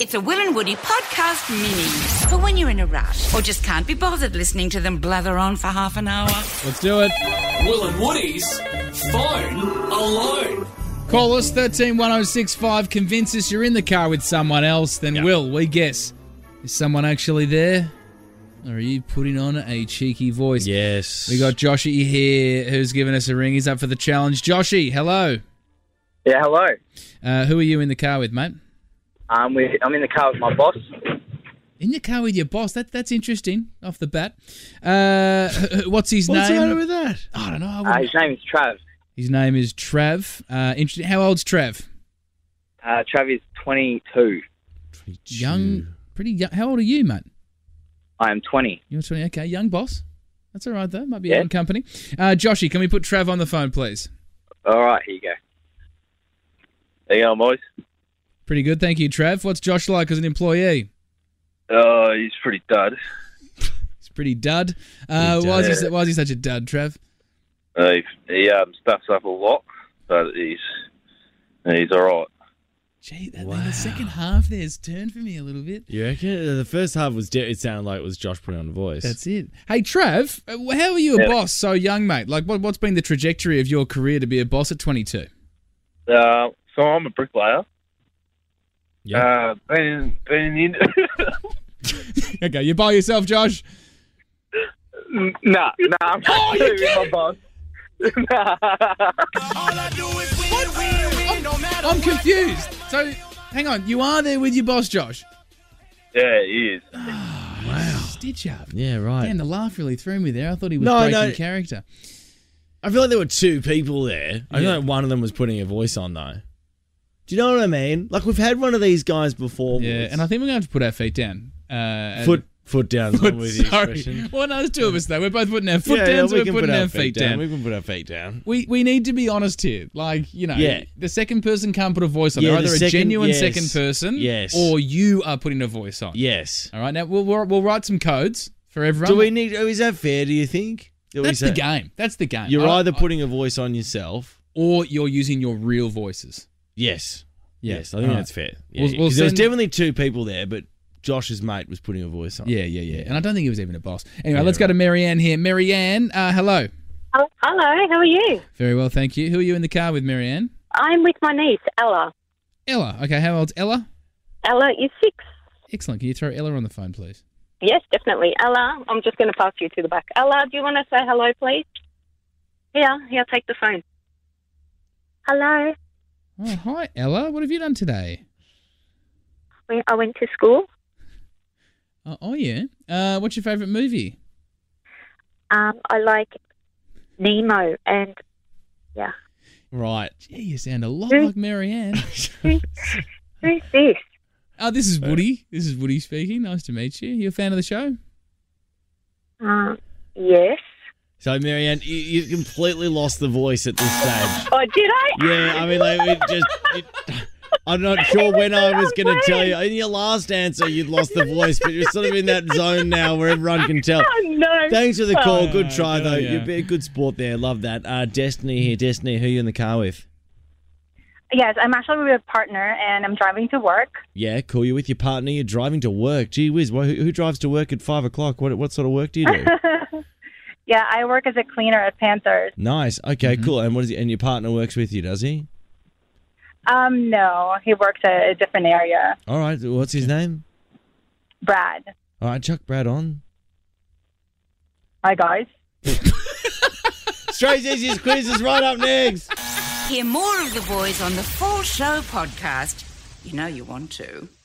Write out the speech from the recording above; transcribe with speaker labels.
Speaker 1: It's a Will and Woody podcast mini for when you're in a rush or just can't be bothered listening to them blather on for half an hour.
Speaker 2: Let's do it.
Speaker 3: Will and Woody's phone alone.
Speaker 2: Call us 131065. Convince us you're in the car with someone else. Then, Will, we guess. Is someone actually there? Or are you putting on a cheeky voice?
Speaker 4: Yes.
Speaker 2: We got Joshy here who's given us a ring. He's up for the challenge. Joshy, hello.
Speaker 5: Yeah, hello.
Speaker 2: Uh, who are you in the car with, mate?
Speaker 5: Um, we, I'm in the car with my boss.
Speaker 2: In the car with your boss. That That's interesting off the bat. Uh, what's his
Speaker 4: What's the
Speaker 2: name?
Speaker 4: matter with that?
Speaker 2: I don't know. I
Speaker 5: Uh,
Speaker 2: wouldn't-
Speaker 5: his name is Trav.
Speaker 2: his name is Trav. Uh, interesting. How old's Trav?
Speaker 5: Uh, Trav is 22.
Speaker 2: Young. Pretty young. How old are you, mate?
Speaker 5: I am 20.
Speaker 2: You're 20. Okay, young boss. That's all right, though. Might be
Speaker 5: Yeah.
Speaker 2: out in company. Uh, Joshy, can we put Trav on the phone, please?
Speaker 5: All right, here you go. There you go, boys.
Speaker 2: Pretty good. Thank you, Trav. What's Josh like as an employee?
Speaker 6: Uh,
Speaker 5: Oh, he's pretty dud.
Speaker 2: He's pretty dud. Uh,
Speaker 4: Pretty
Speaker 2: why, is he,
Speaker 4: dud.
Speaker 2: su- why is he such a dud, Trav?
Speaker 6: Uh, he he um, stuffs up a lot, but he's he's all right.
Speaker 2: Gee, that,
Speaker 4: Wow.
Speaker 2: the second half there's turned for me a little bit.
Speaker 4: You reckon? Uh, The first half was, de- it sounded like it was Josh putting on a voice.
Speaker 2: That's it. Hey, Trav, uh, how are you a
Speaker 6: Yeah.
Speaker 2: boss so young, mate? Like, what, what's been the trajectory of your career to be a boss at 22?
Speaker 6: Uh, so I'm a bricklayer.
Speaker 4: Yeah.
Speaker 6: Uh, been in, been in the ind-
Speaker 2: okay, you by yourself, Josh?
Speaker 5: N- Nah, nah, I'm oh, you with my boss. Nah.
Speaker 2: I'm confused. So, hang on. You are there with your boss, Josh?
Speaker 6: yeah, he is.
Speaker 2: Stitch up.
Speaker 4: yeah, right.
Speaker 2: Damn, the laugh really threw me there. I thought he was
Speaker 4: No,
Speaker 2: breaking
Speaker 4: no.
Speaker 2: character.
Speaker 4: I feel like there were two people there. I
Speaker 2: Yeah.
Speaker 4: know one of them was putting a voice on, though. Do you know what I mean? Like, we've had one of these guys before.
Speaker 2: Yeah, and I think we're going to have to put our feet down. Uh, and-
Speaker 4: Foot, foot down
Speaker 2: foot-
Speaker 4: with the
Speaker 2: sorry.
Speaker 4: expression.
Speaker 2: Well, no, there's two of us though. We're both putting our foot
Speaker 4: Yeah,
Speaker 2: down,
Speaker 4: yeah,
Speaker 2: so we're putting our feet down.
Speaker 4: We can put our feet down.
Speaker 2: We we need to be honest here. Like you know,
Speaker 4: Yeah.
Speaker 2: the second person can't put a voice on.
Speaker 4: Yeah,
Speaker 2: They're
Speaker 4: the
Speaker 2: either a
Speaker 4: second-
Speaker 2: genuine
Speaker 4: yes.
Speaker 2: second person,
Speaker 4: Yes.
Speaker 2: or you are putting a voice on.
Speaker 4: Yes.
Speaker 2: All right. Now we'll we'll, we'll write some codes for everyone.
Speaker 4: Do we need? oh, Is that fair? Do you think? Do we
Speaker 2: That's
Speaker 4: say-
Speaker 2: the game. That's the game.
Speaker 4: You're
Speaker 2: I-
Speaker 4: either
Speaker 2: I-
Speaker 4: putting a voice on yourself.
Speaker 2: or you're using your real voices.
Speaker 4: Yes.
Speaker 2: Yeah.
Speaker 4: Yes, I think
Speaker 2: All
Speaker 4: that's fair. Yeah,
Speaker 2: We'll-
Speaker 4: yeah,
Speaker 2: we'll
Speaker 4: 'cause there was
Speaker 2: send-
Speaker 4: definitely two people there, but Josh's mate was putting a voice on.
Speaker 2: Yeah, yeah, yeah. And I don't think he was even a boss. Anyway,
Speaker 4: Yeah,
Speaker 2: let's go to Marianne here. Marianne, uh, hello.
Speaker 7: Oh, hello, how are you?
Speaker 2: Very well, thank you. Who are you in the car with, Marianne?
Speaker 7: I'm with my niece, Ella.
Speaker 2: Ella. Okay, how old's Ella?
Speaker 7: Ella is six.
Speaker 2: Excellent. Can you throw Ella on the phone, please?
Speaker 7: Yes, definitely. Ella, I'm just going to pass you to the back. Ella, do you want to say hello, please? Yeah, here, take the phone. Hello.
Speaker 2: Oh, hi, Ella. What have you done today?
Speaker 7: We- I went to school.
Speaker 2: Oh, oh yeah. Uh, what's your favourite movie?
Speaker 7: Um, I like Nemo and yeah.
Speaker 4: Right.
Speaker 2: Gee, you sound a lot
Speaker 7: Hmm.
Speaker 2: like Marianne.
Speaker 7: Who's this?
Speaker 2: oh, this is
Speaker 4: Uh,
Speaker 2: Woody. This is Woody speaking. Nice to meet you. You a fan of the show?
Speaker 7: Uh, yes.
Speaker 4: So, Marianne, you, you completely lost the voice at this stage.
Speaker 7: Oh, did I?
Speaker 4: Yeah, I mean, like, it just. It, I'm not sure when I was going to tell you. In your last answer, you'd lost the voice, but you're sort of in that zone now where everyone can tell.
Speaker 7: Oh, no.
Speaker 4: Thanks for the call. Good try,
Speaker 2: Oh,
Speaker 4: though.
Speaker 2: yeah.
Speaker 4: You're a bit- good sport there. Love that. Uh, Destiny here. Destiny, who you in the car with?
Speaker 8: Yes, I'm actually with a partner and I'm driving to work.
Speaker 4: Yeah, cool. You're with your partner. You're driving to work. Gee whiz, wh- who, who drives to work at five o'clock? What, what sort of work do you do?
Speaker 8: Yeah, I work as a cleaner at Panthers.
Speaker 4: nice. Okay, cool. And what is he, And your partner works with you, does he?
Speaker 8: Um, no, he works at a different area.
Speaker 4: All right. What's his name?
Speaker 8: Brad.
Speaker 4: All right, Chuck Brad on.
Speaker 8: Hi, guys.
Speaker 4: Straight Easy's quiz is right up next.
Speaker 1: Hear more of the boys on the Full Show podcast. You know you want to.